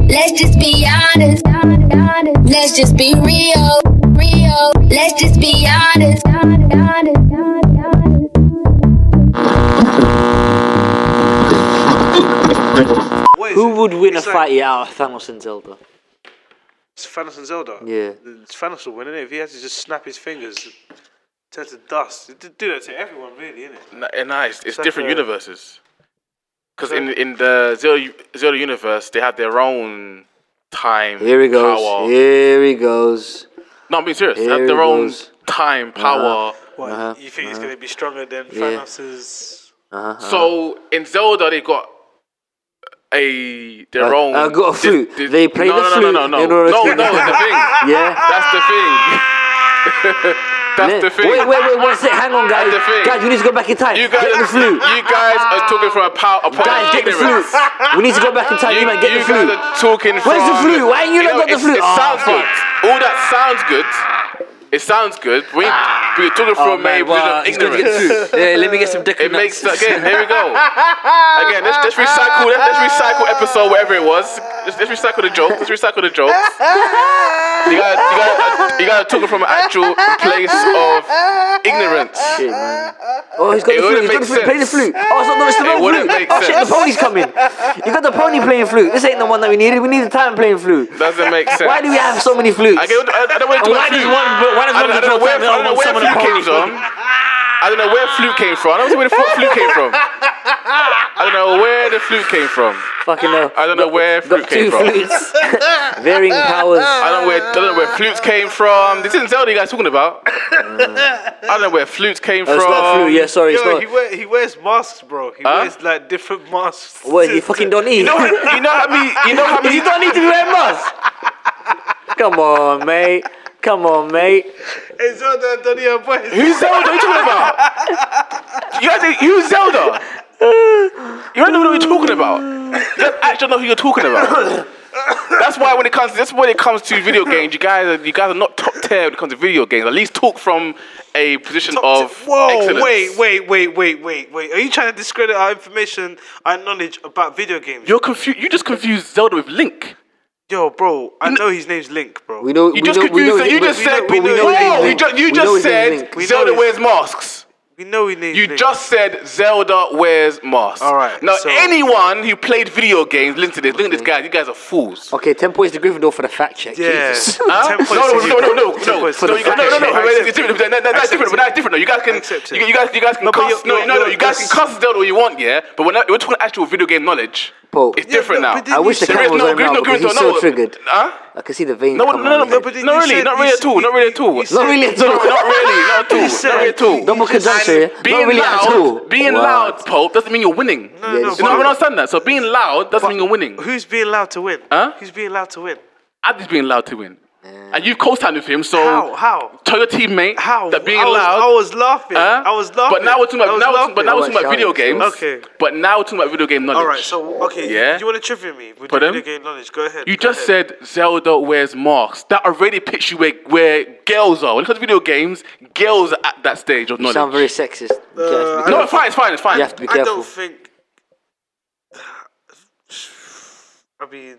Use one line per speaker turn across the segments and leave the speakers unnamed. Let's just be honest. Let's just be real. Real. Let's just be honest.
What is
Who
it?
would win
It's
a
like-
fight out of Thanos and Zelda?
It's Thanos and Zelda.
Yeah.
It's Thanos will win, innit? If he has to just snap his fingers, turn to dust. It did do that to everyone, really, innit?
Nah, nah, it's, eh, it's
like
different
a-
universes. Because in in the Zero U- Zero universe, they have their own time.
Here he goes.
Power.
Here he goes.
No, I'm being serious. They
Here
have their
he
own
goes.
time power.
What,
Uh-huh,
you think he's going to be stronger than
Yeah.
Thanos's.
Uh-huh.
So in Zelda, they got a their
Uh,
own.
I got a
di-
flute.
di-
They play
no,
the
no,
flute
No, no, no,
in
no,
order
no,
to-
no. That's the thing.
Yeah.
That's the thing. That's the thing.
Wait, wait, wait, one sec. Hang on, guys.
the thing.
Guys, we need to go back in time.
You guys,
get the flute.
you guys are talking from a power. A power
guys,
of
get the flute.
ignorance.
We need to go back in time. You, man, get
you
the flute.
guys are talking from.
Where's the flute? Why ain't you not got the
it's-
flute?
It
Oh,
sounds
fuck.
good. All that sounds good. It sounds good. We we're talking
Oh,
from a
man,
position
wow,
of
he's gonna
ignorance.
get the flute. Yeah, let me get some decorative.
It makes again. Here we go. Again, let's, let's recycle. Let's, let's recycle episode whatever it was. Let's, let's recycle the joke. Let's recycle the jokes. You gotta, you gotta, you gotta talk it from an actual place of ignorance.
Shit, man. Oh, he's got
It
the flute.
wouldn't
He's got the
make
flute. Play the
sense.
flute. Oh, it's not the, it's the
It
wrong
wouldn't
flute.
make
Oh shit, the
sense.
pony's coming. You got the pony playing flute. This ain't the one that we needed. We need the time playing flute.
Doesn't make sense.
Why do we have so many flutes?
I, get, I, I don't want to
And why does one? Why does
I
one
don't,
get
I don't
your
know where,
time? and the
I
other
don't know
one
where
summon the
flute came
pony?
from. I don't know where flute came from. I don't know where the fl- flute came from. I don't know where the flute came from.
Fucking hell.
I don't know where flute
Got two
came from.
flutes. Varying powers.
I don't know where I don't know where flutes came from. This isn't Zelda you guys talking about. I don't know where flutes came
Oh,
from.
it's not a flute. Yeah, sorry, it's
Yo,
not.
he, wear, he wears masks, bro. He
Huh?
wears like different masks.
Wait, you fucking don't need.
You know, you know how many? You know how many?
you don't need to be wearing masks. Come on, mate. Come on, mate.
Hey, Zelda, don't you have boys?
Who's Zelda? What are you talking about? You guys, think- who's Zelda? You don't know what you're talking about. You guys actually know who you're talking about. That's why when it comes, that's when it comes to video games, you guys, are, you guys are not top tier when it comes to video games. At least talk from a position of
Whoa,
excellence.
wait, wait, wait, wait, wait, wait. Are you trying to discredit our information, our knowledge about video games? Yo,
You're confused. You just confused Zelda with Link.
bro, I know his name's Link, bro.
We know.
You
we
just
know, we know
confused. it. You
but-
just
we know-
said.
we know his
Whoa,
name's
You
Link.
ju- you
We know
just
his name's
said
Link.
We know
Zelda
his-
wears masks.
We know he name's
You
Link.
just said Zelda wears masks.
All right,
Now,
so-
anyone who played video games, listen to this. Look at this guy. You guys are fools.
Okay, ten points to Gryffindor for the fact check.
Yeah.
Jesus.
Huh?
Ten points
No,
to
no, no,
you,
no, no, no, no,
bro. Ten
no,
points to
no,
you.
you guys- no, no, no,
Accept
wait,
it.
it's different, that- that- that's
Accept
different, but
it.
that's different. No, you guys can,
Accept it.
you, you guys, you guys can
No, but
cuss,
you're-
no,
you're-
no, no,
you're
you guys can
just-
cuss Zelda all you want, yeah, but we're, not, we're talking actual video game knowledge.
Paul.
It's
Yeah,
different
no,
now.
but then
I
you
wish the
said-
camera was
no
on now
Gryffindor,
because he's
Gryffindor,
so
no.
triggered.
Huh?
I can see the vein.
No,
come
no,
out
no,
of
no,
his
but
head.
then
not
you
really,
said-
not really
you
at all,
said-
not really
you-
at all.
you said-
Not really at all.
No, not really, not at all, not really at all.
Double conjunction. yeah?
Being
Not really
loud,
at all.
being
Wow.
loud, Pope, doesn't mean you're winning.
no,
Yeah,
no,
it's
You know, I
but-
don't understand that. So being loud doesn't mean you're winning.
Who's being allowed to win?
Huh?
Who's being allowed to win?
Abdi's being loud to win. And you've co-signed with him, so
How? How?
tell your teammate
How?
that being
I was,
loud.
I was laughing.
Huh?
I was laughing.
But now we're talking
I
about,
was
now we're, talking-
laughing.
but now we're talking about
Shouting.
video games.
Okay.
But now we're talking about video game knowledge.
All right, so okay,
Yeah.
you want to trivia me with
Pardon?
the video game knowledge? Go ahead.
you
go
just
ahead.
said Zelda wears masks. That already picks you where, where girls are. When it comes to video games, girls are at that stage of
You
knowledge.
sound very sexist. You have to be
no,
careful.
it's fine, it's fine, it's fine.
You have to be
I
careful.
don't think. I mean,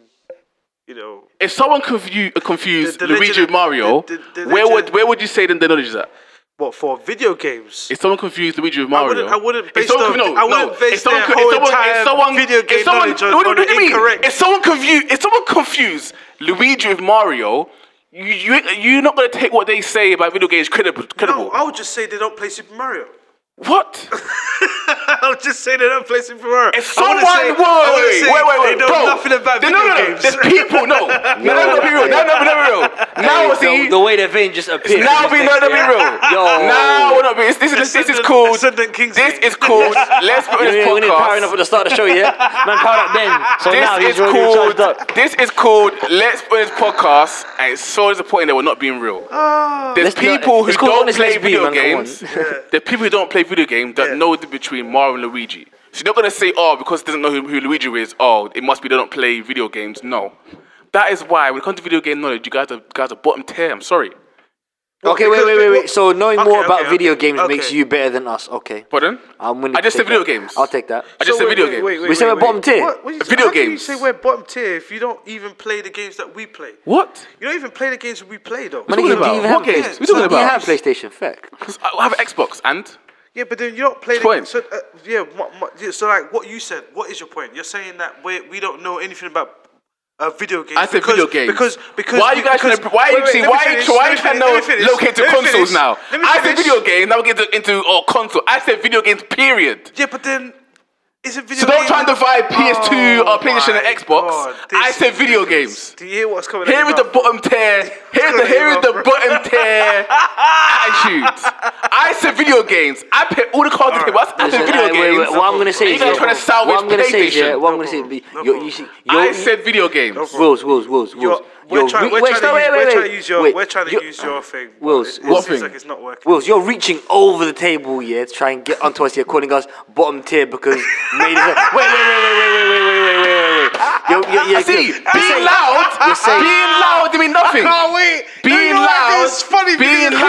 you know,
If someone confu- confused
The- the
Luigi
legend-
with Mario,
the- the- the
where would
legend-
where would you say then the knowledge is at?
what for video games?
If someone confused Luigi with Mario,
wouldn't- I wouldn't
If
base
someone-
their- I wouldn't
If
base
someone
their
co- if
whole
someone- if
entire
someone-
video
if
game
someone-
knowledge on-
no, no,
on
what do you mean?
incorrect.
If someone confused, if someone confused Luigi with Mario, you you you're not gonna take what they say about video games credible.
No,
credible.
I would just say they don't play Super Mario.
what?
I would just say they don't play Super Mario.
If
I
someone
wouldn't say-
wait, wait,
I wouldn't
wait,
say
wait, wait,
they know
bro,
nothing about
They-
video
no, no, no,
games.
There's people. No, no, no, no, be real. No, no, no, be real. Now it's
the, the way the vein just appeared.
Now be no, no, be real.
Yo.
Now we're not being. This is this is
Ascendant-
called.
Ascendant Kingsley.
This is called. Let's put
We
this
need, we need powering up
podcast.
at the start of the show, yeah? Man, power up then. So now
This
he's
is
already charged
called.
up.
This is called. Let's put this podcast, and it's so disappointing that we're not being real.
Ah.
There's
Let's not-
people who
it's called
don't
Honest
play
Let's Be,
video
man, come on.
games. There's people who don't play video games that know the between Mario and Luigi. So you're not gonna say, oh, because it doesn't know who, who Luigi is. Oh, it must be they don't play video games. No, that is why when it comes to video game knowledge, you guys are guys are bottom tier. I'm sorry.
Okay,
because
wait, wait, wait,
people-
wait. So knowing
Okay,
more about
okay,
video
okay,
games makes
okay.
you better than us. Okay.
Pardon?
I'm willing
I
to
just said
take
video
that.
games.
I'll take that.
I just said
wait,
video
wait,
games.
wait, wait,
We said
wait,
we're bottom
wait.
tier.
What? what you say-
Video
how Can you
games.
say we're bottom tier if you don't even play the games that we play?
What?
You don't even play the games we play though.
Man,
talking
do
about?
you even have
What games?
PlayStation?
We talking
So Do you
about?
have PlayStation? Fuck.
I have an Xbox and
Yeah, but then you don't play. The,
Point.
So uh, yeah, my, my, yeah, so like what you said. What is your point? You're saying that we we don't know anything about. Uh, video games.
I said
because,
video games.
Because because
why are you guys
because,
trying to why are you see,
let me
why are you
finish,
try- why
let me
are you trying
finish, let me
to
finish,
locate to
let me
consoles
finish,
now?
let me
I said
finish.
video games. Now we get to- into oh, console. I said video games. Period.
Yeah, but then is it video?
So don't
game-
try and divide PS2
Oh
or uh, PlayStation and
my
Xbox.
God,
I
this
said video
is-
games.
Do you hear what's coming?
Here
out
is
of
the
your mouth?
bottom tier. Here is the here is the bottom tier attitude. I said video games. I pay all the cards to pay. but I said
Listen,
video
I- wait, wait,
games.
What I'm gonna say
You
is,
guys
yeah,
trying to salvage
what I'm gonna say is, yeah,
PlayStation.
what I'm gonna say, is,
No
you,
problem.
you see,
I
you-
said video games.
Wills, Wills, Wills, Wills.
You're, we're,
You're
trying,
re-
we're,
wait,
trying
stop,
to use,
wait, wait,
we're trying to
wait.
use your
Wait,
we're trying to
you-
use your thing. but
Wills,
it, it
What
seems
thing?
like it's not working.
Wills, you're reaching over the table, yeah, to try and get onto us here, calling us bottom tier because made us. Wait, wait, wait, wait, wait, wait, wait, wait, wait, wait, wait. You're, you're, you're,
I see,
you're-
being loud,
You're saying-
being loud, you mean nothing.
wait.
Being loud, being loud, being,
You know,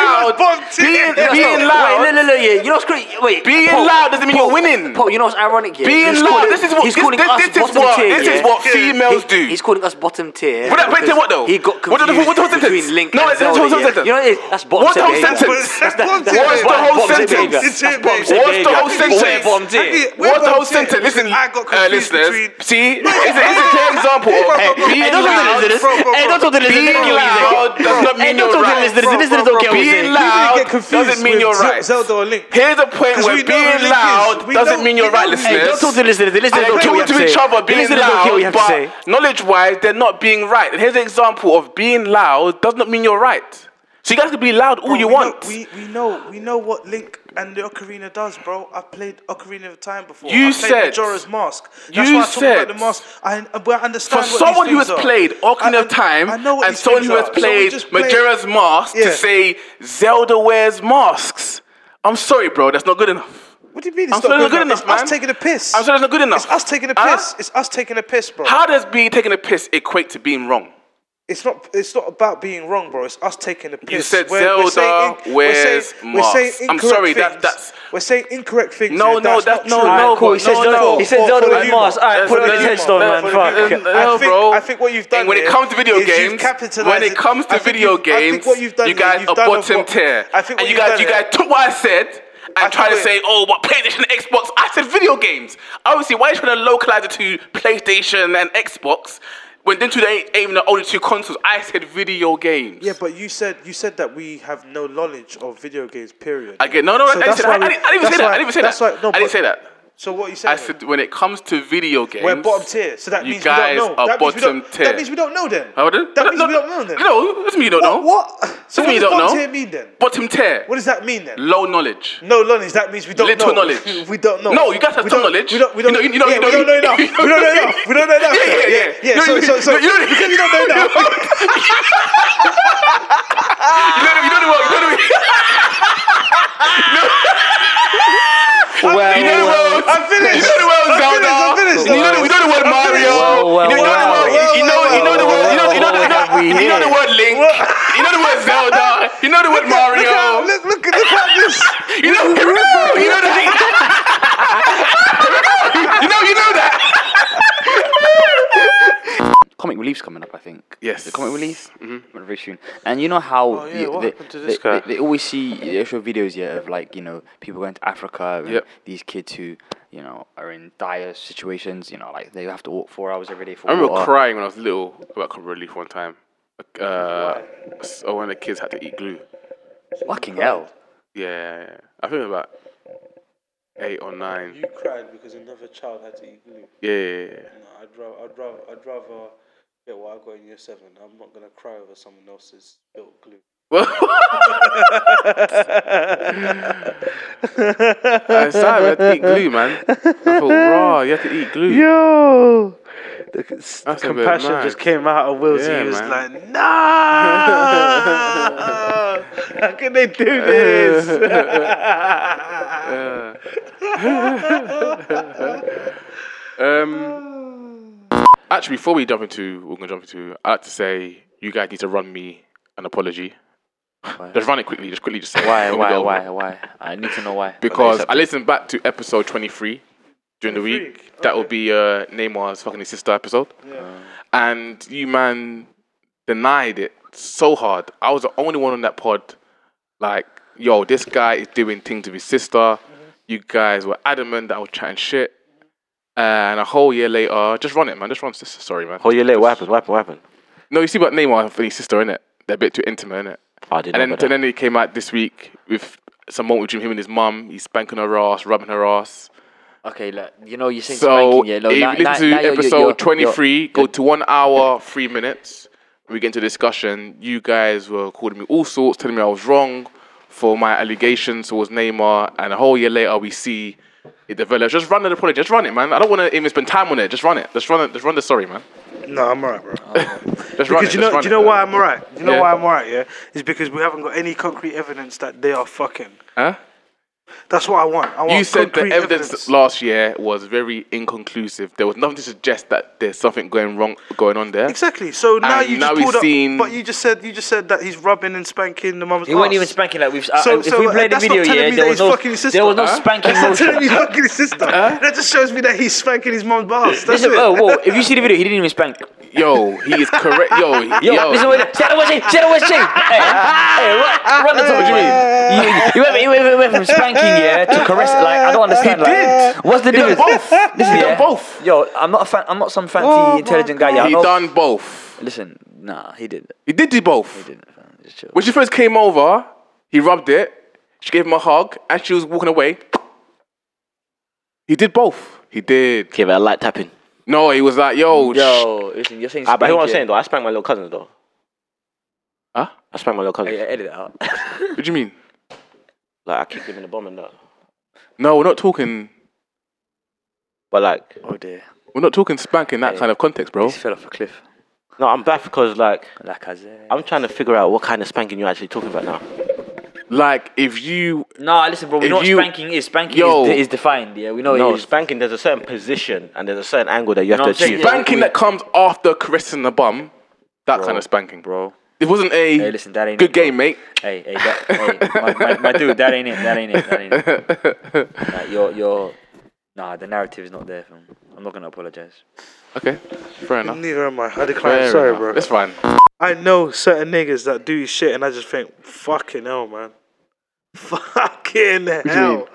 being
stop.
loud,
Wait, no, no, no, yeah. You know what's great? Wait.
Being loud doesn't mean you're winning.
Paul, you know what's ironic here?
being
He's
loud.
calling-
This is what
he's
this,
calling
this,
us
this is
bottom
what
tier.
this is
yeah?
what
Yeah.
females
He-
do.
He's calling us bottom tier.
What- wait,
because
then what though?
He got
What
confused
the- what the whole sentence?
between Link
No,
and
it's- it's
Zelda.
the whole
yeah.
sentence.
You know what it is? That's bottom
What's
tier.
the whole
behavior.
sentence?
That's, that,
What's
that's
the
bottom
whole
tier
sentence?
behavior.
It's
That's
it,
bottom
mate.
tier
What's the
behavior.
whole
But we're
sentence?
bottom tier.
I mean, we're
What the whole
bottom tier.
sentence? Listen,
I got
uh,
confused
listeners.
between-
See, it's a, it's a clear example of
Hey,
being
Hey, don't talk
loud.
to the listeners.
Bro, bro,
Hey,
bro.
don't talk to the listeners. They
Being
don't get what
loud
we say.
does not
Hey,
mean
don't
you're
talk to the
right.
listeners. The listeners don't get what we
Being
say.
loud
get confused
doesn't mean
with
you're
Ze-
right.
Zelda or Link.
Here's the point
'Cause we know
where
who Link
being
is.
loud
We
doesn't
know-
mean you're
we
right,
know who Link
listeners.
is.
Hey, don't talk to the listeners. The listeners
They
don't get what we
talk
have to
to each
say.
other
The
being
listeners don't get what we
loud,
have to say.
but knowledge-wise, they're not being right. And here's an example of being loud does not mean you're right. So you guys can be loud all
Bro,
you
we
want.
Know, we, we know we know what Link and the Ocarina does, bro. I played Ocarina of Time before.
You
I played
said-
Majora's Mask. That's
you
why I talk about
said-
the mask. I, I well, I
For
understand. what
someone
these
who has
things are.
played Ocarina
I-
of Time
I, I know what
and
these
someone
things
who has
are. So we
played
just play-
Majora's Mask
Yeah.
to say Zelda wears masks. I'm sorry, bro. That's not good enough.
What do you mean? It's
I'm sorry,
not
it's
good,
not good
enough.
enough,
It's
man.
us taking a piss.
I'm sorry, it's not good enough.
It's us taking a piss.
Huh?
It's us taking a piss, bro.
How does being taking a piss equate to being wrong?
It's not. It's not about being wrong, bro. It's us taking the piss.
said Zelda
in-
wears masks. I'm sorry, that-
things.
that's-
We're saying incorrect things.
No,
here.
no,
that's
that's-
not
no,
true.
no,
Alright, cool. He
but
says
no,
Zelda.
no.
He says
For-
Zelda
for the
with
humor.
masks. Alright,
That's
put
for
on
the
your
humor.
headstone,
That's
man.
for the
Fuck.
humor.
I
No,
think-
bro.
I think what you've done.
And when it
here
comes to video
is you've
games-
capitalised
when it
it-
comes to
I think
video
you've- I think
games,
what you've done
you
here,
guys
you've
are
done of
bottom
what-
tier.
I think what
and you
you've
guys,
done
you
here-
guys took what I said
I
and tried
think
to say,
it-
oh, but PlayStation and Xbox. I said video games. Obviously, why are you trying to localize it to PlayStation and Xbox when then two they ain't even the only two consoles? I said video games.
Yeah, but you said you said that we have no knowledge of video games. Period.
I get no, no.
So
I, didn't
that's
say that.
why
I,
we-
didn't, I didn't even say
that's
that.
why-
I didn't even say
that's
that.
why- no,
I
but-
didn't say that.
So what are you saying?
I said when it comes to video games,
We're bottom tier, so that
you
means
guys
we don't know.
are
that means we
bottom
don't,
tier.
That means we don't know then.
How do?
That means we don't know then.
No, doesn't mean you don't know.
What? So
Doesn't
what
mean you
does
don't
bottom
know.
tier mean then?
Bottom tier.
What does that mean then?
Low knowledge.
No knowledge. That means we don't
Little
know.
knowledge.
We don't know.
No, you guys have
We
some
don't-
knowledge.
We don't. We don't.
You know- you know-
yeah,
you
we
know-
don't know enough.
you know-
We don't know enough. We don't know enough.
Yeah, yeah, yeah.
Yeah.
No,
So,
you-
so, so
no, you don't-
because you don't know enough.
You don't know. You don't know. what- You don't know.
Well,
You know the
well,
world.
I'm finished.
You know the world,
I'm
Zelda.
finished, I'm finished.
You know the- you know the word
I'm
Mario.
finished.
Well, well,
You know- you know the
well.
word- you know- you know the word- you know- you know the-
Well, well, well,
you know- you know the word Link. You know the word Zelda. You know the word
Look how.
Mario.
Look. Look. Look at this.
You know. You know the. You know. You know that.
comic relief's coming up, I think.
Yes. Oh,
The comic relief? Mm-hmm. Very soon. And you know how
yeah,
the-
what
they,
happened to this
they-
guy?
they- they always see the actual videos yeah, of like, you know, people going to Africa and
Yep.
these kids who, you know, are in dire situations, you know, like they have to walk four hours every day for
I remember
water.
crying when I was little about comic relief one time. Uh, so when the kids had to eat glue.
Fucking hell.
Yeah, I think about eight or nine.
You cried because another child had to eat glue.
Yeah, yeah, yeah.
No, I'd rather, I'd rather, I'd rather get what I got in year seven. I'm not gonna cry over someone else's built glue.
Well, I sad. We had to eat glue, man. I thought, raw, you have to eat glue.
Yo, the,
That's a bit compassion mad. just
came out of Will.
Yeah, he was man.
like, "Nah, how can they do this?"
Um, actually, before we jump into, we're gonna jump into. I like to say you guys need to run me an apology Just run it quickly. Just quickly. Just say it.
Why?
It'll
Why?
go.
Why? Why? I need to know why.
Because
Okay,
I listened back to episode 23 during the week.
23,
That would be uh, Neymar's fucking his sister episode. And you, man, denied it so hard. I was the only one on that pod, like, yo, this guy is doing things with his sister. You guys were adamant that I was chatting shit. And a whole year later, just run it, man. Just run sister. Sorry, man.
Whole year later, Oh, what happened? What happened? What happened?
No, you see about Neymar and his sister, innit? They're a bit too intimate, innit?
Oh, I didn't
And
know
then, and
that.
then he came out this week with some moment between him and his mum. He's spanking her ass, rubbing her ass.
Okay, look, you know you saying
So
spanking, yeah. look,
if you
now-
listen
now-
to
now you're- you're-
episode
you're-
23, go to one hour, three minutes. We get into discussion. You guys were calling me all sorts, telling me I was wrong for my allegations towards Neymar. And a whole year later, we see it develops. Just run the apology. Just run it, man. I don't want to even spend time on it. Just run it. Just run it. Just run the sorry, man.
No, I'm alright, bro.
Just run it.
Because you
Just
know,
run
do you
it.
know why I'm alright? You know
Yeah.
why I'm alright, yeah? It's because we haven't got any concrete evidence that they are fucking.
Huh?
That's what I want. I want
You said the
concrete
evidence, last year was very inconclusive. There was nothing to suggest that there's something going wrong going on there.
Exactly. So now
And
you
now
just
we've
pulled up,
seen-
but you just said you just said that he's rubbing and spanking the mum's.
He wasn't
ass.
even spanking like we've.
uh,
So-
I, if
so
we played the
that's not
video,
telling
yeah,
me
there
that
was
he's
no,
fucking his sister,
there was no
huh?
spanking
That's not telling me
motion.
he's fucking his sister. That just shows me that he's spanking his mum's bars. That's
Listen,
it.
oh, whoa, if you see the video, he didn't even spank.
Yo, he is correct. Yo,
Yo,
yo.
listen, wait, say that was it, say that was it. Hey, hey, what, run the top, what do you mean? You, you, went, you, went, you went from spanking, yeah, to caress, like, I don't understand. He like, did. What's the difference?
both.
Listen,
He done
yeah.
both.
Yo, I'm not a fan, I'm not some fancy, intelligent guy, yeah. I
he
know-
done both.
Listen, nah, he did.
He did do both.
didn't. Just chill.
When she first came over, he rubbed it. She gave him a hug, and she was walking away. He did both. He did.
Give it a light tapping.
No, he was like, yo, sh-
Yo, listen, you're saying
Ah, but hear what I'm
spanking.
saying though. I spanked my little cousins though.
huh?
I spanked my little cousins.
Yeah, edit it out.
What do you mean?
Like I kicked him in the bum and that.
No, we're not talking.
But like,
Oh dear,
We're not talking spanking that kind of context, bro.
this fell off a cliff.
no, I'm back because like
Like I said.
I'm trying to figure out what kind of spanking you're actually talking about now.
Like, if you
Nah, listen, bro. We
If
know what
you-
spanking is. Spanking
Yo.
is, is defined. Yeah, we know
No,
it is.
spanking. There's a certain position and there's a certain angle that you have
No,
to
I'm saying,
achieve.
yeah.
spanking that comes after caressing the bum, that kind of spanking,
bro.
It wasn't a
Hey, listen, that ain't
good
it, bro.
game, mate.
Hey, hey, that, hey, my, my, my dude, that ain't it. That ain't it. That ain't it. Like, your, your, nah, the narrative is not there. Fam. I'm not gonna apologize.
Okay, fair enough.
Neither am I. I decline.
Fair
Sorry,
enough.
bro.
It's fine.
I know certain niggas that do his shit, and I just think, fucking hell, man. Fucking hell.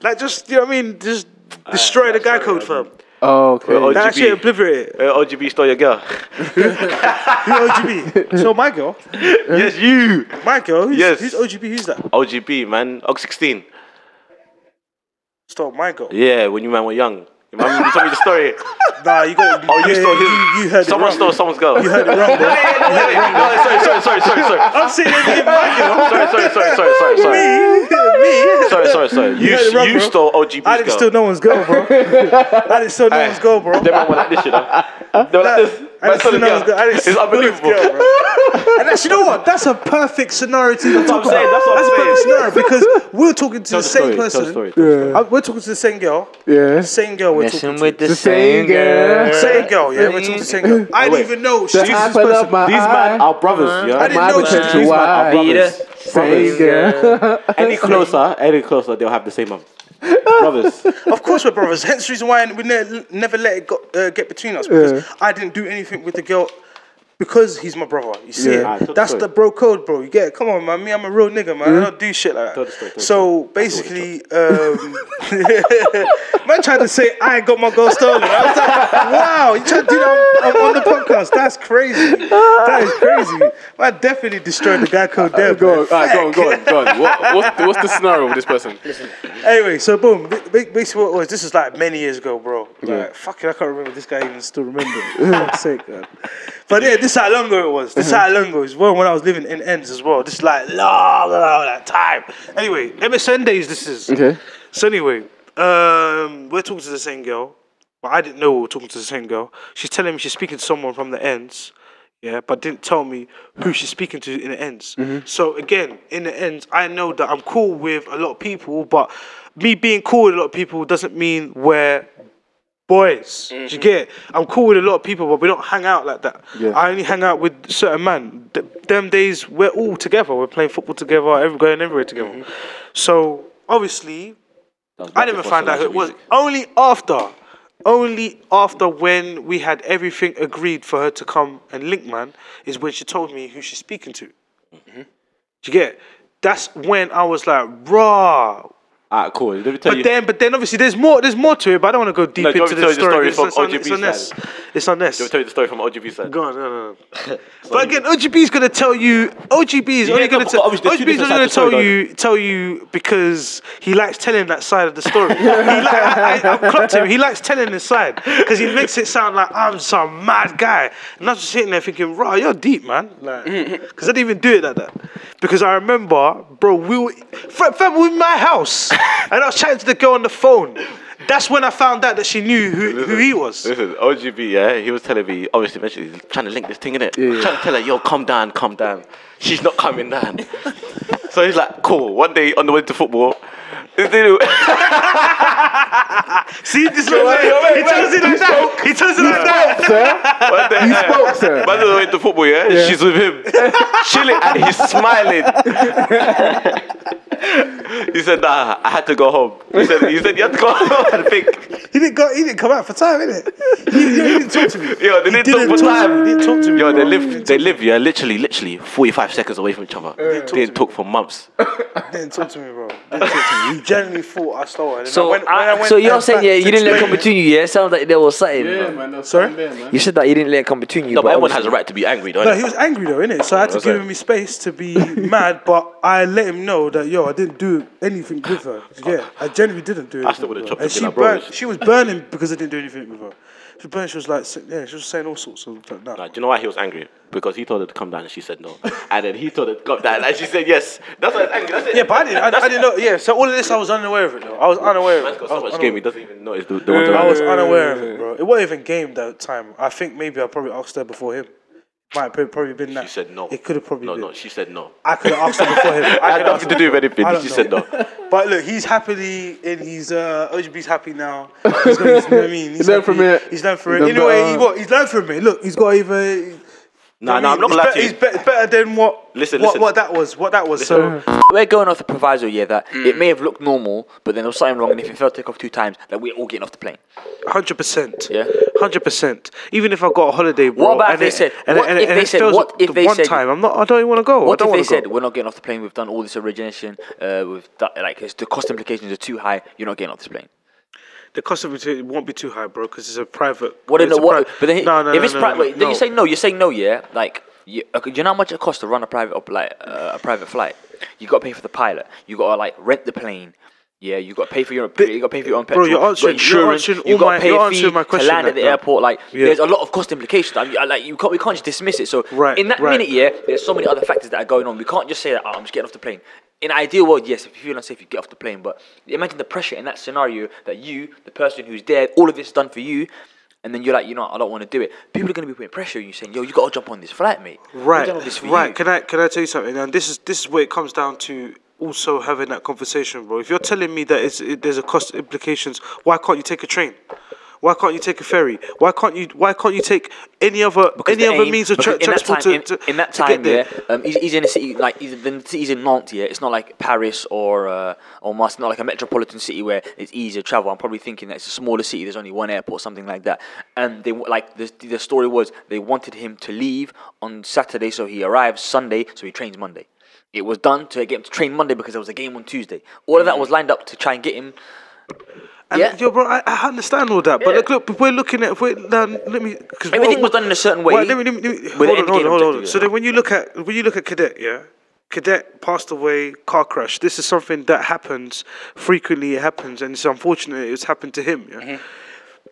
Like, just, you know what I mean? Just
Ah,
destroy the guy code, fam.
Okay.
Well,
That
OGB.
shit obliterate it.
Uh, OGB stole your girl.
Who OGB? so, my girl.
yes, you.
My girl? Who's,
Yes.
who's OGB? Who's that?
OGB, man. Og 16.
Stole my girl.
Yeah, when you man were young. You man- you told me the story.
Nah, you got.
Oh, you
yeah,
stole his.
You, you heard
someone
it wrong.
stole someone's girl.
You heard it wrong, bro.
no, sorry, sorry, sorry, sorry, sorry.
I'm sitting there thinking, my girl.
Sorry, sorry, sorry, sorry, sorry, sorry.
Me?
Sorry, sorry, sorry. You,
You heard it wrong,
you
bro.
stole OGB's
I
girl.
didn't steal no one's girl, bro. I didn't steal no one's girl, bro.
Them man were like this shit, huh? They were like this.
I
Man
didn't
stole
steal
the
no one's girl. I
girl.
didn't
It's
steal no one's
unbelievable.
girl, bro. And that's, you know what? That's a perfect scenario to even talk
I'm saying,
about.
that's what I'm
a perfect
saying.
scenario because we're talking to the same
story, tell
person.
the story, tell the
Uh, we're talking to the same girl. Yeah. Same girl. We're talking to.
the same girl.
Same girl. Yeah, we're talking to the same girl. I didn't even know she was this person.
These men are brothers, yeah?
I didn't know she was
These
this
men are
Be
brothers.
the same girl.
Any closer, any closer, they'll have the same mum. Brothers.
Of course, we're brothers. Hence, the reason why we ne- never let it go, uh, get between us because I didn't do anything with the girl because he's my brother. You see,
Alright,
it?
tell the
that's
story.
the bro code, bro. You get it? Come on, man. Me, I'm a real nigga,
Mm-hmm.
man. I don't do shit like that.
the story, tell the
so basically, um, man tried to say I ain't got my girl stolen. I was like, wow, you tried to do that on, on the podcast? That's crazy. That is crazy. I definitely destroyed the guy code there,
Go on,
bro.
all right, go on, go on, go on. What, what's, the, what's the scenario with this person?
Anyway, so boom, ba- ba- basically what it was, this is like many years ago, bro. Like, fucking, I can't remember this guy even still remembers. For fuck's sake, man. But yeah, this is how long ago it was. This is how long ago it was. Well, when I was living in ends as well. This is like long, long, long time. Anyway, MSN days this is. Okay. So anyway, um, we're talking to the same girl. Well, I didn't know we were talking to the same girl. She's telling me she's speaking to someone from the ends. Yeah, but didn't tell me who she's speaking to in the ends. So again, in the ends, I know that I'm cool with a lot of people, but me being cool with a lot of people doesn't mean we're boys. Do you get? It? I'm cool with a lot of people, but we don't hang out like that.
Yeah.
I only hang out with certain man. Th- them days we're all together. We're playing football together. Every going everywhere together. So obviously I didn't even find out who it was. Only after. Only after when we had everything agreed for her to come and link, man, is when she told me who she's speaking to. Do you get? it? That's when I was like, raw.
Alright, cool. Let me tell
But
you.
then, but then, obviously, there's more. There's more to it. But I don't want to go deep
do you want
into
me
the
to tell
story.
you the story
It's
from
it's on, it's on
OGB
this. It's on this.
Let me tell you the story from OGB side.
Go on, no, no, no. but again, OGB's gonna tell you. OGB's
Yeah,
only
no,
gonna
but
tell.
obviously there's two
OGB's only
different
gonna
sides of the
tell
story,
you, tell you because he likes telling that side of the story. he li- I, I, I've clocked him. He likes telling his side because he makes it sound like I'm some mad guy, and I'm just sitting there thinking, "Raw, you're deep, man." Because I didn't even do it like that. Because I remember, bro, we were, fam, fam, we were in my house, and I was chatting to the girl on the phone. That's when I found out that she knew who, who he was.
Listen, OGB, yeah, he was telling me, obviously, eventually, he's trying to link this thing, innit? it. Trying to tell her, yo, calm down, calm down. She's not coming down. so he's like, cool. One day on the way to football, this dude-
See, this little way.
wait,
He
wait,
tells it like that. He tells it like that.
one day,
You spoke, sir.
Man, on the way to football, yeah? She's with him. Chilling, and he's smiling. he said, nah, I had to go home. He said, he said you had to go home and think.
He didn't go. He didn't come out for time, innit? He, he didn't talk to me.
Yo, they
He
didn't talk for time.
He didn't talk to me.
Yo, they
bro.
live, they live, yeah, literally, literally 45 seconds away from each other. They didn't talk for months.
He didn't talk to me, bro. He didn't talk to me. You genuinely thought I stole it.
So, I- so you're saying yeah, you didn't let it come between you. Yeah, sounds like there was something.
man.
Sorry?
You said that you didn't let it come between you.
No, but everyone
obviously-
has a right to be angry, don't
No,
they?
he was angry though, innit? So I had to
That's
give
it.
him his space to be mad, but I let him know that yo, I didn't do anything with her. Yeah, I genuinely didn't do anything.
still would've
with her.
chopped
And
it, been
she
like, bro,
burned.
it's-
She was burning because I didn't do anything with her. She burned. She was like, s- yeah, she was saying all sorts of like, nah.
Nah, do you know why he was angry? Because he told her to come down and she said no. and then he told her to come down and she said yes. That's why he's angry. That's it.
Yeah, but I didn't. I, I didn't know. Yeah, so all of this, I was unaware of it though. I was unaware of it.
Man's got
I
so
was
much
unaware.
game, he doesn't even notice the, the ones
I
around
was
him.
unaware of it, bro. It wasn't even game that time. I think maybe I probably asked her before him. Might have probably been that.
She said no.
It could have probably
No,
been.
no, she said no.
I could have asked her before him. I could
It had
have asked
nothing to do with anything.
I don't
She said no.
her. But look, he's happily in his uh, OGB's happy now. He's got, his- you know what I mean? He's
learned
happy.
from it.
He's learned from
He's
it.
done
In a way,
better.
he what? He's learned from it. Look, he's got even.
Nah, nah, I'm not
it's
gonna lie
bet-
to you.
It's bet- better than what.
Listen,
what,
listen.
What that was. What that was. So
We're going off the proviso, yeah, that
Hmm.
it may have looked normal, but then there was something wrong, and if it fell take off two times, that we're all getting off the plane.
Hundred percent.
Yeah.
Hundred percent. Even if I got a holiday, bro.
What about if
and
they
it-
said-
And,
what
and,
if
and
they
it
said-
fails
what if
the
they
one
said-
time? I'm not. I don't even want to go.
What
I
if
don't
they
wanna go.
said we're not getting off the plane? We've done all this origination. Uh, with that, like it's, the cost implications are too high. You're not getting off this plane.
the cost of it won't be too high, bro? Because it's a private.
What?
it's
If,
a
what
pri-
but then,
no, no,
if
no,
it's
no,
private,
no,
then you say no. You're saying no, yeah. Like, you, okay, do you know how much it costs to run a private op- like uh, a private flight? You got to pay for the pilot. You got to like rent the plane. Yeah, you got to pay for your you got to pay for your own petrol.
you're
you got
answering- you're
insurance.
answering
you
all
got
my-
to pay
you're
a
answering
fee
my question
to land
like
at the
that.
airport. Like,
Yeah.
there's a lot of cost implications. I mean, I- like you can't we can't just dismiss it. So
Right,
in that
right.
minute, yeah, there's so many other factors that are going on. We can't just say that oh, I'm just getting off the plane. In an ideal world, yes, if you feel unsafe, you get off the plane. But imagine the pressure in that scenario that you, the person who's there, all of this is done for you, and then you're like, you know, what, I don't want to do it. People are going to be putting pressure on you, saying, yo, you got to jump on this flight, mate. We've
right,
done all this for
right.
you.
Can I can I tell you something? And this is this is where it comes down to also having that conversation, bro. If you're telling me that it's, it, there's a cost implications, why can't you take a train? Why can't you take a ferry? Why can't you? Why can't you take any other
Because
any
the
other
aim-
means of
because
tra-
in that
transport
time,
to, to
in, in that
to get
time,
there?
yeah, um, he's, he's in a city like he's, the city's in Nantes. Yeah, it's not like Paris or uh, or Marseille, not like a metropolitan city where it's easier to travel. I'm probably thinking that it's a smaller city. There's only one airport, something like that. And they w- like the the story was they wanted him to leave on Saturday, so he arrives Sunday, so he trains Monday. It was done to get him to train Monday because there was a game on Tuesday. All
Mm.
of that was lined up to try and get him.
And
Yeah.
yo, bro, I, I understand all that, but
Yeah.
look, look, if we're looking at, if we're, now, let me, cause
Everything was done in a certain way
Well, let me, let me, let me-
with
hold
an
on, hold
end
on, hold
objective,
on.
yeah.
So then, when you look at, when you look at cadet, yeah, cadet passed away, car crash. This is something that happens frequently. It happens, and it's unfortunate it's happened to him. Yeah.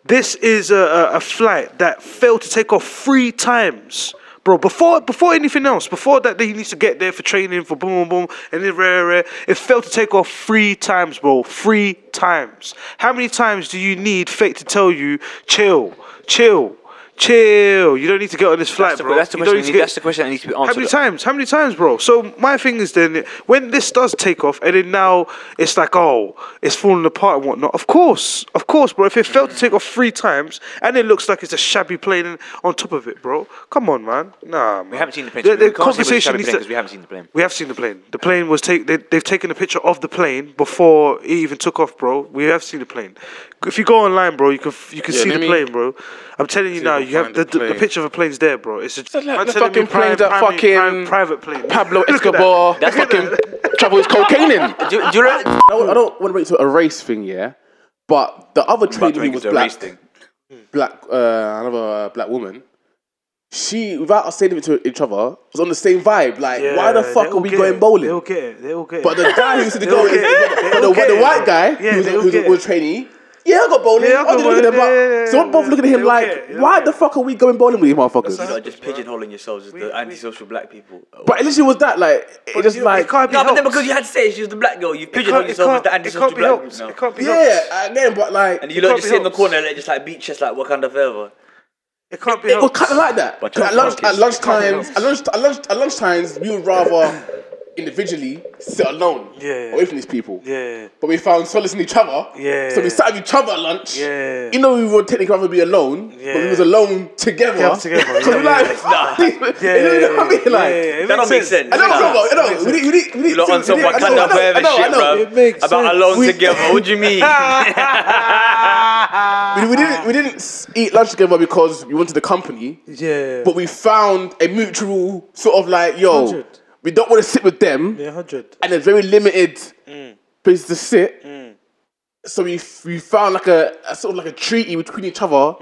This is a, a, a flight that failed to take off three times. Bro, before before anything else, before that, he needs to get there for training, for boom, boom, boom, and then rare, rare. It failed to take off three times, bro. Three times. How many times do you need fate to tell you, chill, chill, chill. You don't need to get on this flight,
That's the,
bro.
that's the
you don't need to
question. that need-
get.
That's the question that needs to be
How many
answered.
times? How many times, bro? So my thing is then when this does take off, and then now it's like, oh, it's falling apart and whatnot. Of course, of course, bro. If it failed to take off three times, and it looks like it's a shabby plane and- on top of it, bro. Come on, man. Nah, man.
We haven't seen the plane.
The,
so we
the
can't say whether it's
conversation
shabby
needs
plane
to-
'cause we haven't seen the plane.
we have seen the plane. The plane was take. They, they've taken a picture of the plane before it even took off, bro. We have seen the plane. If you go online, bro, you can f- you can
Yeah,
see
let
the
me-
plane, bro. I'm telling you
see
now,
if I
you have
find
the,
the
the, the
plane.
picture of a plane's there, bro. It's a
It's like
I'm
the
telling
fucking
you, prime-
plane that
primary-
fucking
prime- private plane.
Pablo
Look at that.
Escobar. That's fucking travel is cocaine in.
Do, you- do you re-
I don't, I don't want to make it to a race thing, yeah. But the other trader who was black, black, uh, another uh, black woman. She, without us saying it to each other, was on the same vibe. Like,
Yeah,
why the
they
fuck are
all
we
get
going
it.
bowling?
They all get it. They all get it.
But the guy who said to
They
go,
all
is,
get it.
but
They
the,
all
but the
get it.
white guy
Yeah,
who was,
they
who
all
was,
get
who was
it.
trainee. Yeah, I got bowling.
Yeah, I
I
got
didn't look at
bowling.
him, but
Yeah, yeah, yeah,
so we're both
yeah.
looking at him
They all
like,
get it. They all
why
get
the
it.
fuck are we going bowling with you, motherfuckers?
You're not just pigeonholing yourselves as the antisocial black people.
But it literally was that, like, it just
you-
like,
it can't be
No, but then
helped.
because you had to say she was the black girl, you
It can't-
pigeonholed
it
yourself as
can't-
the
it can't
antisocial
be
black
helped.
people.
It
now.
can't be helped.
yeah, again, but like,
And
it
you lot
can't
just
be
sit in the
helped.
corner and let just like beat chest like Wakanda forever.
It can't be
was
helped.
kind of like that.
But
'Cause At, lunch,
can't
at
help it.
lunchtimes, at lunch, at lunch, at lunchtimes, we would rather individually sit alone,
Yeah.
away from these people.
Yeah.
But we found solace in each other.
Yeah.
So we sat with each other at lunch.
Yeah.
You know we would technically rather be alone, but we
Yeah.
was alone together.
Yeah, together,
Because
yeah,
we like, nah. you know what I mean? Like,
yeah, it
That
makes
don't make sense.
I know what
Nah.
I'm talking about. I know. We need, we need, we need.
You lot on some
we need- I know, I
Wakanda
know, I
forever
know, I
shit,
know.
bro.
It makes
About
sense.
alone
We-
together. What do you mean?
We, we didn't, we didn't s- eat lunch together because we wanted the company,
Yeah.
but we found a mutual sort of like, yo,
100.
we don't want to sit with them,
yeah, hundred.
and there's very limited places to sit. So we f- we found like a, a sort of like a treaty between each other.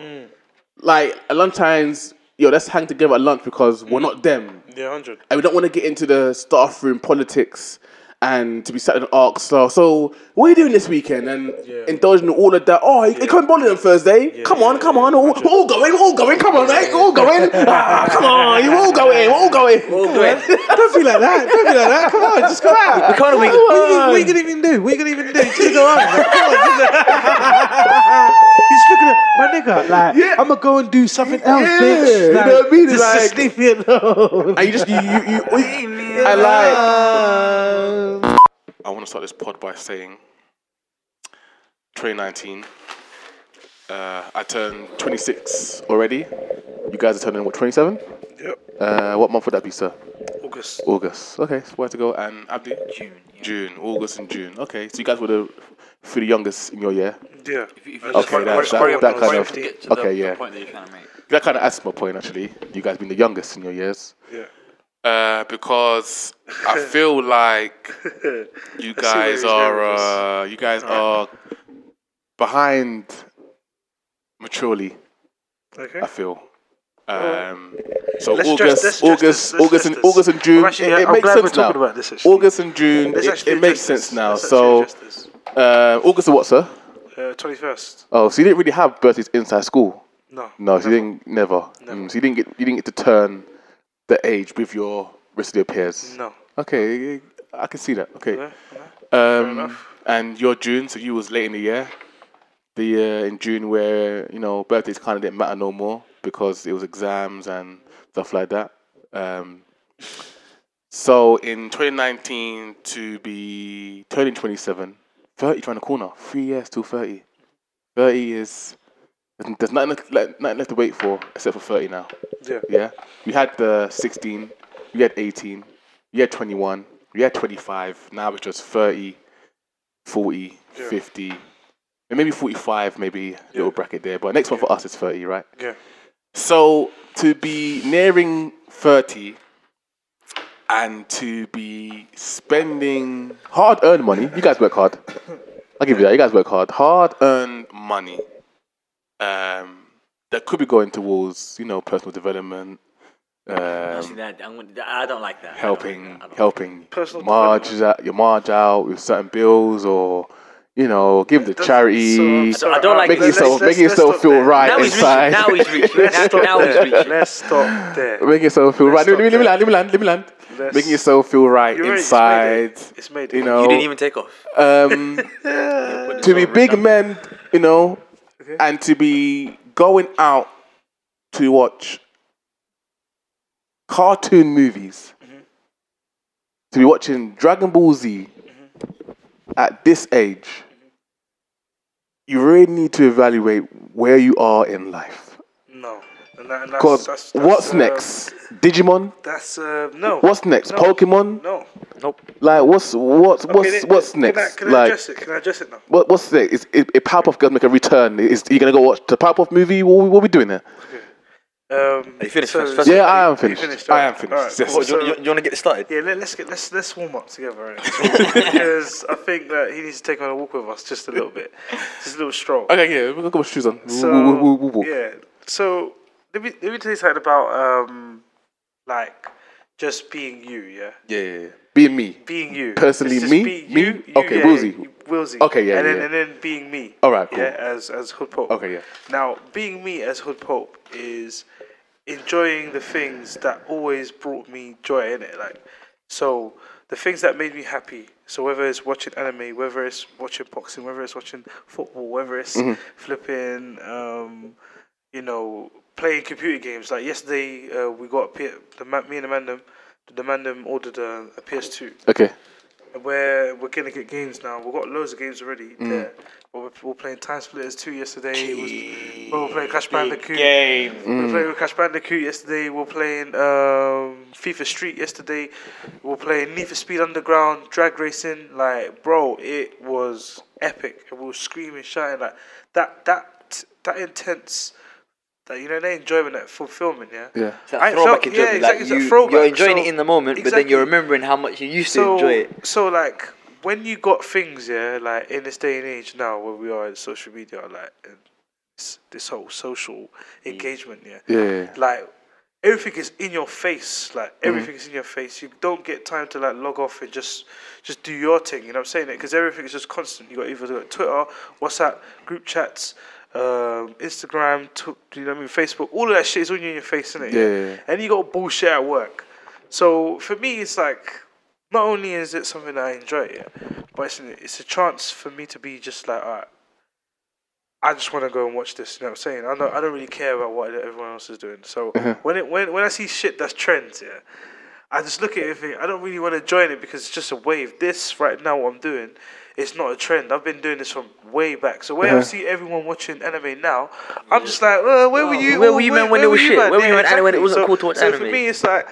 Like at lunchtimes, yo, let's hang together at lunch because we're not them,
Yeah, hundred.
and we don't want to get into the staff room politics and to be sat in the arc. So, so what are you doing this weekend? And indulging in all of that. Oh, you, you coming bowling on Thursday? come on, come on, all, we're all going, we're all going. Come on, mate, we're all going. ah, come on, you all going, we're all going.
Don't be like that. Don't be like that. Come on, just come out.
Can't we?
What are you, what are you gonna even do? What are you gonna even do? Just go on. man. Come on, just- He's looking at my nigga. Like I'm gonna go and do something else,
Yeah,
bitch.
you know what I mean?
Just to
Like-
sniff it alone.
And you just you you you. I like. I want to start this pod by saying 2019. Uh, I turned 26 already. You guys are turning what 27?
Yep.
Uh, what month would that be, sir?
August.
August. Okay, so where to go? And Abdi? June. June. August and June. Okay, so you guys were the three youngest in your year.
Yeah.
Okay, that, that, that kind of. Okay, yeah.
Point that you're trying to make.
That kind of adds to my point, actually. You guys being the youngest in your years.
Yeah.
Uh, because I feel like you
see where he's
guys
going
are
with
uh, you guys are
Behind maturely,
Okay.
I feel. Um, so
Let's
August,
address this, address
August,
this, let's address
August, and
this.
August and June.
I'm actually-
it, it
I'm
makes
glad
sense
we're talking
now.
about this, actually.
August and June.
Let's
It,
actually
it makes
address
sense
this.
now.
Let's
So
actually Uh, address
uh, August of what, sir?
this. twenty first.
Oh, so you didn't really have birthdays inside school.
No.
No, so you didn't. Never. Mm, so you didn't get. You didn't get to turn the age with your rest of your peers.
No.
Okay, I can see that. Okay.
Yeah,
Um, and you're June, so you was late in the year. The year in June where you know birthdays kind of didn't matter no more because it was exams and stuff like that. Um, so in 2019 to be turning 27, 30 trying the corner, three years till 30. 30 is there's- there's nothing left, like, nothing left to wait for except for 30 now.
Yeah.
Yeah. We had the 16, we had 18, we had 21, we had 25. Now it's just 30, 40, 50, and maybe 45, maybe a little bracket there. But next one for us is 30, right?
Yeah.
So to be nearing 30 and to be spending hard earned money, you guys work hard. I'll give you that. You guys work hard. Hard earned money um, that could be going towards, you know, personal development,
See
um,
that? I'm gonna- I don't like that. I don't like that. I
helping
don't like
helping
Personal
marge out, your marge out with certain bills or, you know, give to
that's-
charity.
so- uh,
I don't like
making
let's-
yourself, making yourself feel right
Now he's
inside.
reaching. Now he's reaching. Now, now he's reaching.
Let's stop there.
Making yourself feel right.
Let's
Let me, let me
stop
land. Let me land. Let me land.
Let's-
Making yourself feel right
You're right, it's made
inside.
it. It's made it.
You know,
You didn't even take off.
um, to be big men, you know, and to be going out to watch cartoon movies,
Mm-hmm.
to be watching Dragon Ball Z
Mm-hmm.
at this age, you really need to evaluate where you are in life.
No. And that, and that's,
Because
that's- that's,
what's
uh,
next? Digimon?
That's uh, no.
What's next?
No.
Pokemon?
No.
Like what's what's what's
Okay, then-
what's
can
next?
I, can I
like
address it? Can I address it now?
what, what's next? Is, is, is Powerpuff Girls make a return? Is you gonna go watch the Powerpuff movie? What, what we doing there?
Um,
you finished
so-
first? First?
Yeah, I am
You
finished.
finished,
I am
alright,
finished.
alright,
Yes.
cool.
What, do you,
So-
want to get started?
Yeah, let, let's get let's let's warm up together innit? because I think that he needs to take on a walk with us just a little bit, just a little stroll.
Okay, yeah, we'll go with shoes on. We'll-
So
we'll- we'll- we'll walk.
yeah, so let me let me tell you something about um like just being you, yeah,
Being me.
being you
Personally,
It's just
me?
be-
Me?
you, you,
Okay,
yeah,
Wilsey.
you- Wilsey,
Okay, yeah,
and then
yeah.
and then being me.
Alright, cool.
Yeah, as as Hood Pope.
Okay, yeah.
Now, being me as Hood Pope is enjoying the things that always brought me joy in it. Like, so the things that made me happy. So whether it's watching anime, whether it's watching boxing, whether it's watching football, whether it's
Mm-hmm.
flipping, um, you know, playing computer games. Like yesterday, uh, we got a P- the man, me and the mandem, the mandem ordered a, a PS2
Okay.
where we're gonna get games now. We've got loads of games already there. But we're, we're playing Time Splitters 2 yesterday. It was, we were playing Crash Bandicoot. We were playing Crash Bandicoot yesterday. We were playing um, FIFA Street yesterday. We were playing Need for Speed Underground, drag racing. Like, bro, it was epic. And we were screaming, shouting like that. That that intense. That you know, they enjoyment, that fulfillment. Yeah.
Yeah.
That
I
throwback
felt-
enjoyment,
yeah,
like
exactly, it's a
you, you're
throwback,
enjoying
so-
it in the moment, but then
exactly.
you're remembering how much you used to enjoy it.
So like when you got things, yeah, like in this day and age now where we are in social media, like and this, this whole social engagement, yeah.
Yeah. Mm.
Like everything is in your face. Like everything is in your face. You don't get time to like log off and just just do your thing. You know what I'm saying? Because everything is just constant. You got either got Twitter, WhatsApp, group chats. Um, Instagram, t- you know what I mean, Facebook, all of that shit is on you in your face, isn't it?
Yeah, yeah, yeah.
And you got bullshit at work. So for me, it's like not only is it something that I enjoy, yeah, but it's, it's a chance for me to be just like, all right, I just want to go and watch this. You know what I'm saying? I don't, I don't really care about what everyone else is doing. So
Mm-hmm.
when it when when I see shit that's trends, yeah, I just look at it and think I don't really want to join it because it's just a wave. This right now, what I'm doing, it's not a trend. I've been doing this from way back. So
Uh-huh.
when I see everyone watching anime now, I'm just like, uh, where were you?
Where were you, man, when it was shit? Where were you, man,
exactly.
when it wasn't
so,
cool to watch
so for
anime?
me, it's like.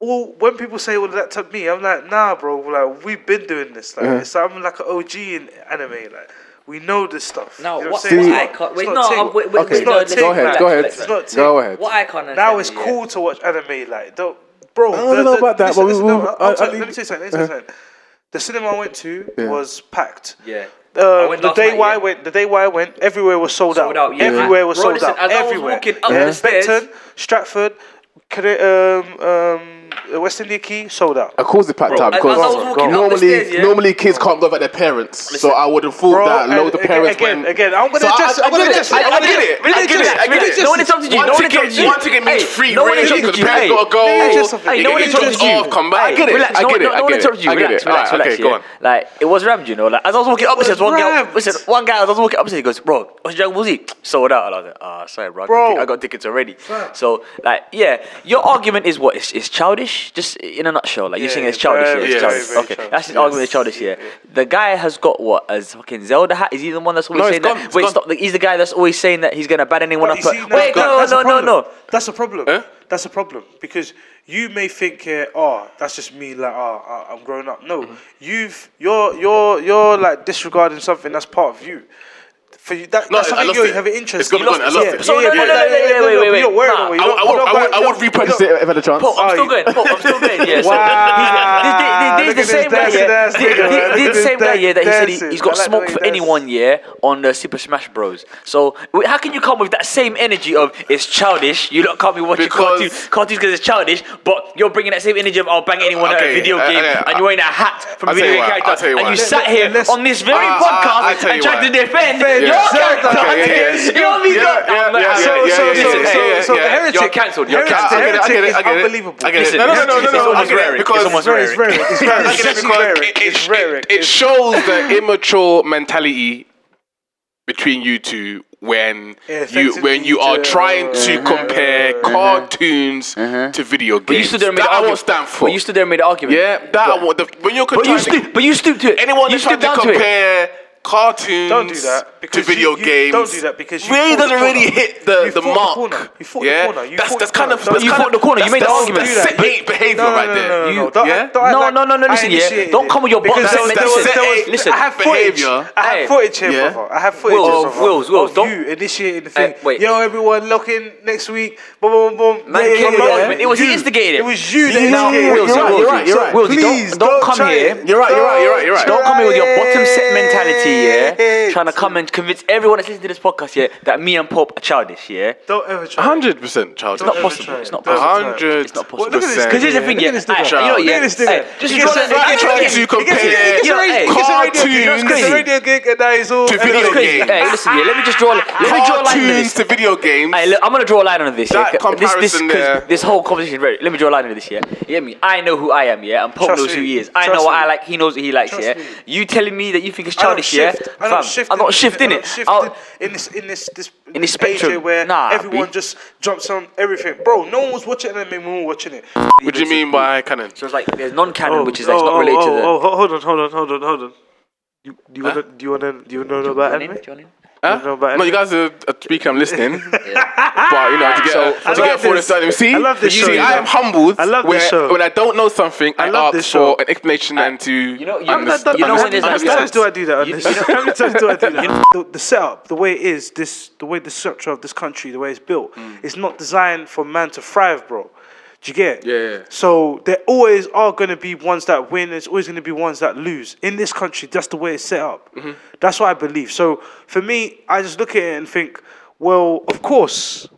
Well, when people say all of that to me, I'm like, nah, bro. Like we've been doing this. Like
Uh-huh.
it's like I'm like an OG in anime. Like we know this stuff.
No,
You know
what,
I'm saying?
what I
It's
can't.
not-
Wait,
it's
no,
not
I'm,
tick.
wait, wait,
It's
wait,
not
no,
tick,
let's-
Go ahead,
let's-
go
let's-
It's
ahead.
not tick.
Go ahead.
What I can't understand.
Now it's
yeah.
cool to watch anime. Like, don't, bro.
I don't know about that,
listen,
but we-
listen,
we-
no, I'll
I- Uh-huh.
tell-
I
Let me
think-
tell you something. Let me tell you something. The cinema I went to was packed.
Yeah.
Uh,
went
the
last
day
night,
why I
yeah.
went, the day why I went, everywhere was sold,
Sold out, yeah.
Everywhere was
Bro,
sold
listen,
out.
as I was
everywhere.
walking up the stairs-
Beckton, Stratford, Cre- um, um, West India Key sold out.
Of course it's packed out
I-
because
I was walking up the
normally
stairs, yeah.
normally kids can't go back their parents. so I would have thought
Bro,
that loads of
and-
parents
again,
went.
again, I'm gonna
So I-
address it.
I
I'm gonna
get it.
address it.
I-
I'm
I
gonna
get
address
it. I get it. I get it.
No one interrupted you.
One
No one
ticket-
interrupted you.
one
ticket means
Hey,
free
No one
range
interrupted
because
you.
the parents
Hey,
gotta go.
hey,
Just
hey,
you
no one
get your
interrupted
jobs
you.
off, come back.
I get it. Relax,
I
no
get
one-
it,
No
I
one
get it,
interrupted
I
you.
get
Relax,
it. All
relax,
right,
relax.
okay,
yeah.
go on.
Like it was rammed, you know. Like as I was walking upstairs, one guy,
rammed.
listen, one guy, as I was walking upstairs, he goes, "Bro, what's Dragon Ball Z sold out?" And I was like, "Ah, sorry, bro, I got
Bro.
tick- I got tickets already." So like, yeah, your argument is what? It's, it's childish, just in a nutshell. Like you're
Yeah,
saying it's childish.
very,
yeah, it's
very,
childish.
very
okay,
childish.
that's his argument. It's childish. Yeah. the guy has got what? As fucking Zelda hat? Is he the one that's always
No, it's
saying
gone,
that?
it's
Wait,
gone.
stop. He's the guy that's always saying that he's gonna ban anyone up.
But you
but-
see, now
Wait,
that-
no,
that's
no,
a
no,
problem.
no.
That's a problem. That's a problem because you may think, uh, oh, that's just me, like, oh, I- I'm grown up. No,
Mm-hmm.
you've you're you're you're like disregarding something that's part of you. For you, that,
No,
that's
I
something
lost
you
it.
have an interest.
It's gone,
in.
gone, I lost
yeah.
it.
Yeah,
So,
yeah,
no,
yeah,
no, no,
yeah, yeah,
no, no, wait,
but
wait,
You're
wait.
worried
Nah.
away.
I would- I would- I would- I would
Practice it if I had a chance.
Pop, Oh, I'm still
Aye.
going. Pop, I'm still going. Yeah. So
Wow.
He's,
Look
the-
at
he's the- he's the- he's the same
this
guy.
dancing ass
Yeah.
nigga, man.
He's
Look at
the
this
same guy. Yeah. That he said
dancing.
he, he's
I
got
like the
smoked
way
for
he dances.
anyone. Yeah. On the Super Smash Bros. So wait, how can you come with that same energy of it's childish? You lot can't be watching
Because-
cartoons cartoons because it's childish. But you're bringing that same energy of I'll bang anyone at a
Okay,
video
uh,
game,
okay,
and
I-
you're wearing a hat from a
I'll tell you
video game
why, I'll
character,
tell you
and
why.
you sat here
Let's-
on this very
I- I- Uh, I'll
podcast
tell
and
you
tried to
why.
defend
Defend
your
yourself,
character.
okay,
yeah, yeah.
You know what I mean?
Yeah,
Look,
yeah,
I'm not
yeah, yeah,
having it.
So,
yeah,
so,
yeah,
so,
yeah,
so,
yeah,
so
yeah,
the
yeah.
heretic.
You're cancelled, you're
Heretic-
cancelled.
I get it, I
Heretic
get it,
is
I get it.
unbelievable.
I get it.
Listen,
No, no, no, no,
it's
no, no,
almost
I get it
rare.
because-
It's almost
It's
rare.
rare. It's rare.
I
It's
get it
actually
because
rare.
it- it-
It's rare.
It shows the immature mentality between you two when you
effectively
when you are
to-
trying to compare cartoons to video games.
But you stood there and made
that
an
I will
argument.
stand for.
But you stood there and made an argument.
yeah, that I will. The, when you're
But you
trying to-
stood. But you stood to it.
anyone
you
that's trying
stood
to
down to it.
compare cartoons
Don't do that.
to
because
video
you, you
games
Don't do that because you
really
fought the
doesn't really
corner.
hit the,
You
the
fought
mark.
corner. You fought the
yeah?
corner. You
that's
fought
that's
the
kind
corner.
of
Don't-
that's
You
kind
fought the
of-
corner. You
that's-
made the
that's-
argument.
That's
But-
hate behavior
No, no,
right
no,
there.
no, no,
You-
no. Don't,
yeah?
don't act
No,
like
no, no, no,
I
listen, yeah.
initiated
Don't
it.
come with your
Because
box
there was-
and
there
listen.
was- there was-
Hey, listen.
I have footage.
Behaviour.
I
Hey.
have footage here,
Yeah.
brother. I have footage.
Wills,
brother,
Wills, Wills,
Of
don't-
you initiating the thing.
Hey, wait.
Yo, everyone, lock in next week. Boom, boom, boom. boom.
Man,
Yeah,
came
yeah,
up
yeah.
with it. It was you instigated it.
It was you that
No,
instigated
Wills,
it.
Wills, Wills, Wills,
Please,
don't- don't come
try
here.
it.
You're
right, you're right, you're right, you're right.
Don't come here with your bottom set mentality, yeah?
Try
Trying to
it.
come and convince everyone that's listening to this podcast, yeah, that me and Pop are childish, yeah?
Don't ever try. it.
Hundred percent, Charles.
It's not
Don't ever
possible.
try
It's
it.
not
Don't ever try
possible.
it.
Hundred
not possible.
Well, look at this.
percent.
Because here's the thing,
Look
yeah.
at this nigga.
aight, you know,
Look
yeah.
at this nigga.
aight, just
He gets
draw
a- he
that-
gets a-
yeah,
trying to
yeah,
compare
yeah, yeah, yeah, aight.
It's a radio gig.
cartoons
That's
It's a
crazy.
radio gig, and that is all.
To
and
video games.
that's crazy.
Hey, listen, yeah, let me just draw. Let me draw a line under
cartoons
this.
to video games.
Hey, look, I'm gonna draw a line under this.
That
yeah? 'Cause this, this,
comparison
'cause
there.
this whole conversation. Right, let me draw a line under this. Yeah, you hear me? I know who I am. Yeah, and Pop
Trust
knows who
me.
he is. I
Trust
know what
me.
I like. He knows what he likes.
Trust
yeah,
me.
you telling me that you think it's
I don't
childish? Yeah,
shift. I don't
Fam,
shift.
I'm not shifting
I
it. Oh,
don't shift
I'll-
in this in this this
In this
age
spectrum.
where
Nah,
everyone
B.
just jumps on everything, bro. No one was watching anime when we were watching it. Oh,
what do you mean by canon?
So it's like there's non-canon, which is like it's not related to the.
Oh, oh, hold on, hold on, hold on, hold on. You, do you wanna do you wanna do you wanna know about
Do you
anime?
want in? Do you want in?
Huh?
don't know about
No, you
anime.
guys are, uh, are speaking. I'm listening, but you know to get
I
to
love
get forward
this.
starting. See,
I love this
you
show,
see,
you
I
know.
am humbled.
I love this
where,
show.
When I don't know something, I,
love
ask
this show.
for an explanation and to you
know- you know-
understand.
you know when
How
there's
many
like-
times do I do that? on
You-
this?
you know-
How many times do I do that? The, the setup, the way it is, this, the way the structure of this country, the way it's built, it's not designed for man to thrive, bro. Do you get? it?
Yeah, yeah.
So there always are going to be ones that win. There's always going to be ones that lose. In this country, that's the way it's set up. That's what I believe. So for me, I just look at it and think, well, of course.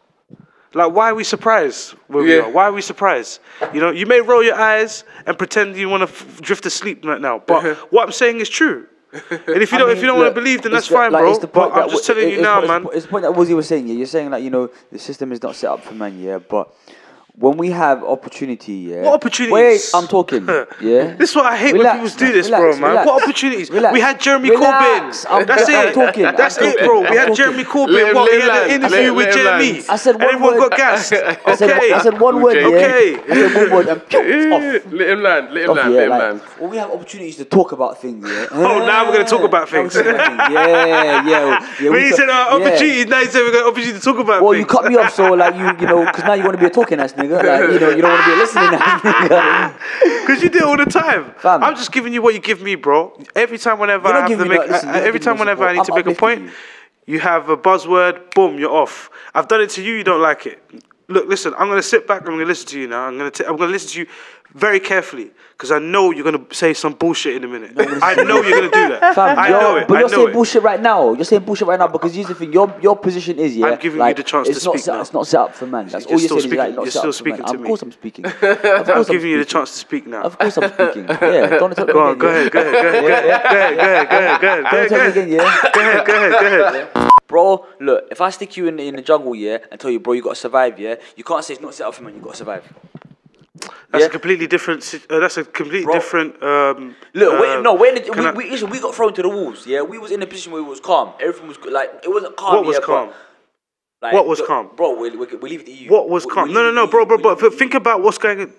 Like, why are we surprised where we
Yeah.
are? Why are we surprised? You know, you may roll your eyes and pretend you want to f- drift asleep right now, but
Uh-huh.
what I'm saying is true. And if you don't, if you don't want to believe, then that's fine, bro. but I'm just telling you now, man.
It's the point that Woozy was saying. Yeah, you're saying like you know the system is not set up for man. Yeah, but when we have opportunity, yeah.
What opportunities?
Wait, I'm talking. Yeah.
This is what I hate when people do this, bro, man. what opportunities?
relax.
We had Jeremy
Relax.
Corbyn.
I'm-
that's
I'm
it.
talking, I'm
That's it,
talking,
bro.
I'm
we had
talking.
Jeremy Corbyn.
Let him
what? We
lay
had an
lines.
interview
Let
with
him lay
Jeremy.
lines.
I said
and
one
everyone
word.
got gassed.
I said,
okay.
I said one word. Yeah.
Okay.
I said one word. And pew, it's off.
Eh, Let him land. Let him
Off,
land.
yeah,
Let him
like,
land.
When we have opportunities to talk about things, yeah.
Oh, now we're gonna talk about
Now we're
things.
talking about things. Yeah, yeah, yeah.
When
we
you
talk-
said uh,
yeah.
opportunity, now you said we got opportunity to talk about
Well,
things.
you cut me off, so like you, you know, because now you want to be a talking ass nigga. Like you know, you don't want to be a listening ass nigga.
Because you do it all the time.
Fam.
I'm just giving you what you give me, bro. Every time whenever
You're not
I have to
giving me
make,
no- listen,
I-
you're not
every
giving
time
me
whenever
support.
I need to
I'm
make a point,
uplifting
you. have a buzzword, boom, you're off. I've done it to you, you don't like it. Look, listen, I'm gonna sit back. I'm gonna listen to you now. I'm gonna t- I'm gonna listen to you very carefully because I know you're gonna say some bullshit in a minute. I know you're gonna do that.
Fam,
I
you're-
know it.
But
I
you're
know
saying
it.
bullshit right now. You're saying bullshit right now because here's the thing. Your your position is yeah.
I'm giving you
like,
the chance
it's
to
not
speak
set,
now.
It's not set up for man. That's
You're
all you're
still
saying. Is, like,
speaking-
not
you're
set
still
up for man.
speaking to
Of
me.
course I'm speaking. Of course
I'm
I'm
giving you the
speaking.
chance to speak now.
Of course I'm speaking. Yeah. Don't tell me
Go on,
again,
go
yeah.
ahead, go ahead, go ahead, go ahead, go ahead,
Don't
go ahead, go ahead, go ahead, go
tell me
ahead,
again. Yeah.
go ahead, go ahead, go ahead.
Bro, look, if I stick you in, in the jungle, yeah, and tell you, bro, you gotta survive, yeah, you can't say it's not set up for man, you gotta survive.
That's a
Yeah.
completely different. si- Uh, that's a completely
Bro.
different. Um,
Look,
uh,
wait, no, wait.
can
We,
I-
we, listen, we got thrown to the wolves. Yeah, we was in a position where it was calm. Everything was good. like it wasn't calm.
What was
yeah, but,
calm?
like,
What was
the-
calm?
bro? We we, we leave it to you.
What was
We- we
calm?
leave
No,
it
no,
to
no,
you.
bro, bro,
We
bro.
leave it to
Think
you.
about what's going. on.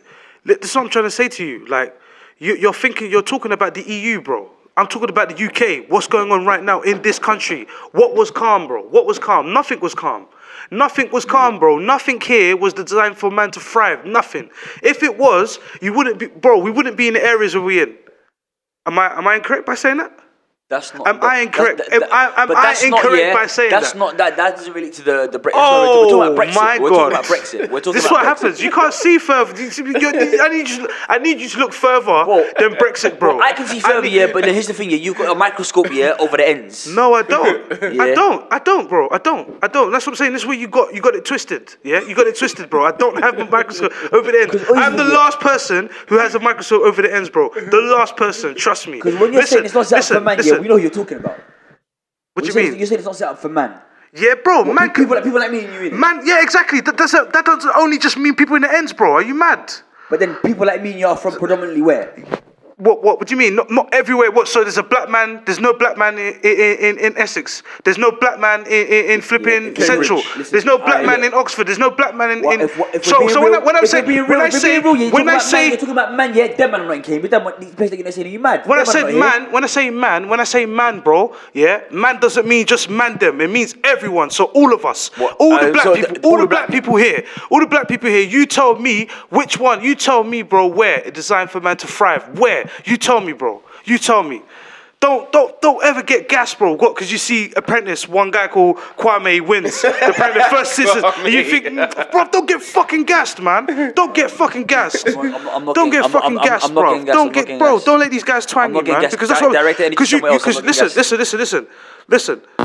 Look, This is what I'm trying to say to you. Like, you, you're thinking, you're talking about the EU, bro. I'm talking about the UK. What's going on right now in this country? What was calm, bro? What was calm? Nothing was calm. Nothing was calm, bro. Nothing here was designed for man to thrive. Nothing. If it was, you wouldn't be, bro. We wouldn't be in the areas where we're in. Am I am I incorrect by saying that?
That's not.
Am I incorrect?
that's-
Am I- am
but
I
that's not,
incorrect
yeah,
by saying
that's
that?
not that? That doesn't relate to the the Brexit.
Oh
we're talking about Brexit.
my
we're
god!
talking about Brexit. We're talking
this is what
about Brexit.
happens. You can't see further. You see- you're- I need you. To, I need you to look further than Brexit, bro.
I can see further,
need-
yeah, but then here's the thing, yeah, you've got a microscope, yeah, over the ends.
No, I don't. I
Yeah.
don't. I don't, bro. I don't. I don't. That's what I'm saying. This way you got you got it twisted. Yeah, you got it twisted, bro. I don't have a microscope over the ends. I'm the last person who has a microscope over the ends, bro. The last person. Trust me.
Because when you're saying it's not set up for
listen,
man, yeah,
listen.
we know who you're talking about.
What
You're
do you
saying-
mean?
You're saying it's not set up for man.
Yeah, bro. man,
People like people like me and you. innit?
man. Yeah, exactly. That doesn't that doesn't only just mean people in the ends, bro. Are you mad?
But then people like me and you are from predominantly where?
What, what, what do you mean? Not, not everywhere. What? So there's a black man. There's no black man in, in, in, in Essex. There's no black man in, in, in flipping
Cambridge.
Central.
Listen,
there's no black
I-
man in Oxford. There's no black man in.
What-
in
if- what- if we're
so
being
so when, I,
real-
when I'm
if we're
saying
being
when
real-
I
if we're
say
being real, yeah, you're
when
talking
I
about man,
say
you're talking about man, yeah, them man right came, but that one- these places that you're not saying, are you mad?
when I
Them
said
not here.
man, when I say man, when I say man, bro, yeah, man doesn't mean just man them. It means everyone. So all of us, all the
Uh,
black
so
people,
th-
all the black people here, all the black people here. You tell me which one. You tell me, bro, where it's designed for man to thrive. Where you tell me, bro. You tell me. Don't don't don't ever get gas, bro. What? Because you see Apprentice, one guy called Kwame wins the, Prime- the first sisters, and you think, "Mm, bro, don't get fucking gassed, man. Don't get fucking gassed.
I'm- I'm not
don't
getting-
get
I'm-
fucking
I'm- I'm-
gassed,
I'm not
bro.
getting gassed,
Don't
I'm not
get,
getting
bro.
gassed.
Don't let these guys twang
I'm not
you,
getting
man.
gassed.
Because that's
Di-
what.
direct energy
Because you,
somewhere else,
because
I'm not getting
listen, listen, listen, listen, listen.